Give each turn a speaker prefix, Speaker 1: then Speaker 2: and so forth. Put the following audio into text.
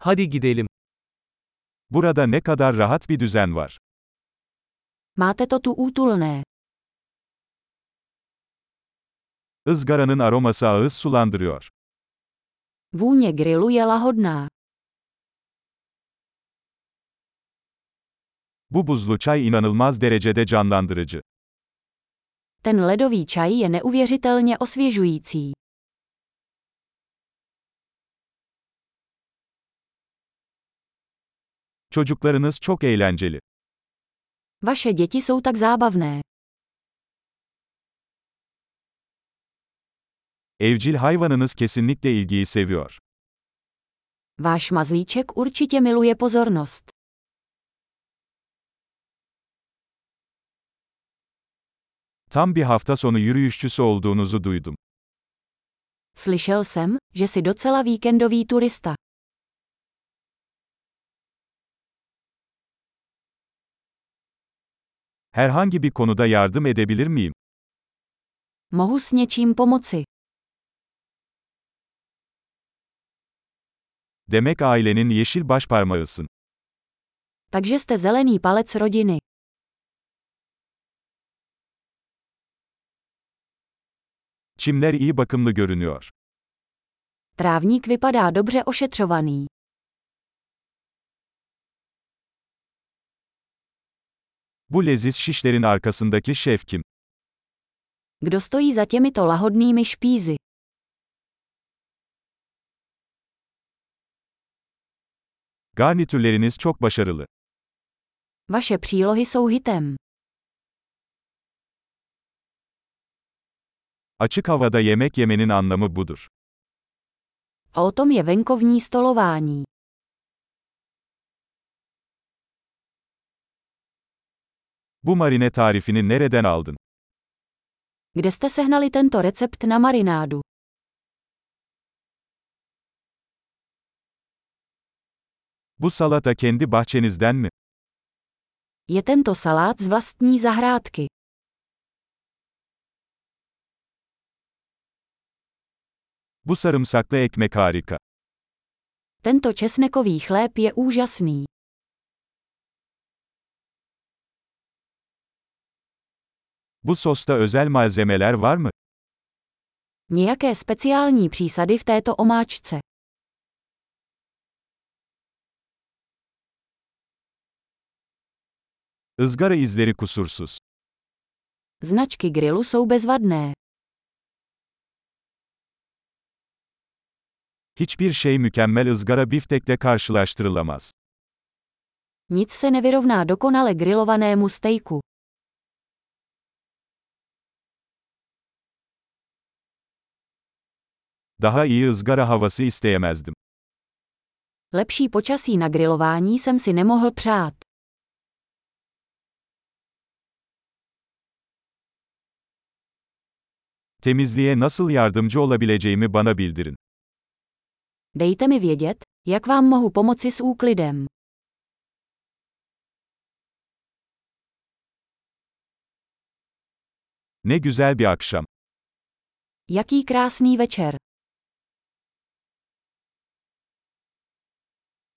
Speaker 1: Hadi gidelim.
Speaker 2: Burada ne kadar rahat bir düzen var.
Speaker 3: Máte to tu útulné.
Speaker 2: Izgaranın aroması ağız sulandırıyor.
Speaker 3: Vůně grilu je lahodná.
Speaker 2: Bu buzlu çay inanılmaz derecede canlandırıcı.
Speaker 3: Ten ledový čaj je neuvěřitelně osvěžující.
Speaker 2: Çocuklarınız çok eğlenceli.
Speaker 3: Vaše děti jsou tak zábavné.
Speaker 2: Evcil hayvanınız kesinlikle ilgiyi seviyor.
Speaker 3: Váš mazlíček určitě miluje pozornost.
Speaker 2: Tam bir hafta sonu yürüyüşçüsü olduğunuzu duydum.
Speaker 3: Slyšel jsem, že jsi docela víkendový turista.
Speaker 2: Herhangi bir konuda yardım edebilir miyim?
Speaker 3: Mohu s něčím pomoci.
Speaker 2: Demek ailenin yeşil başparmağısın.
Speaker 3: Takže jste zelený palec rodiny.
Speaker 2: Çimler iyi bakımlı görünüyor.
Speaker 3: Trávník vypadá dobře ošetřovaný.
Speaker 2: Bu leziz şişlerin arkasındaki şef kim?
Speaker 3: Kdo stojí za těmito lahodnými špízy?
Speaker 2: Garnitürleriniz çok başarılı.
Speaker 3: Vaše přílohy jsou hitem.
Speaker 2: Açık havada yemek yemenin anlamı budur.
Speaker 3: A o tom je venkovní stolování.
Speaker 2: Bu marine tarifini nereden aldın?
Speaker 3: Kde jste sehnali tento recept na marinádu?
Speaker 2: Bu salata kendi bahçenizden mi?
Speaker 3: Je tento salát z vlastní zahrádky.
Speaker 2: Bu sarımsaklı ekmek harika.
Speaker 3: Tento česnekový chléb je úžasný.
Speaker 2: Bu sosta özel malzemeler var mı?
Speaker 3: Nějaké speciální přísady v této omáčce.
Speaker 2: Izgara izleri kusursuz.
Speaker 3: Značky grilu jsou bezvadné.
Speaker 2: Hiçbir şey mükemmel ızgara biftekle karşılaştırılamaz.
Speaker 3: Nic se nevyrovná dokonale grilovanému stejku.
Speaker 2: Daha iyi ızgara havası isteyemezdim.
Speaker 3: Lepší počasí na grilování jsem si nemohl přát.
Speaker 2: Temizliğe nasıl yardımcı olabileceğimi bana bildirin.
Speaker 3: Dejte mi vědět, jak vám mohu pomoci s úklidem.
Speaker 2: Ne güzel bir akşam.
Speaker 3: Jaký krásný večer.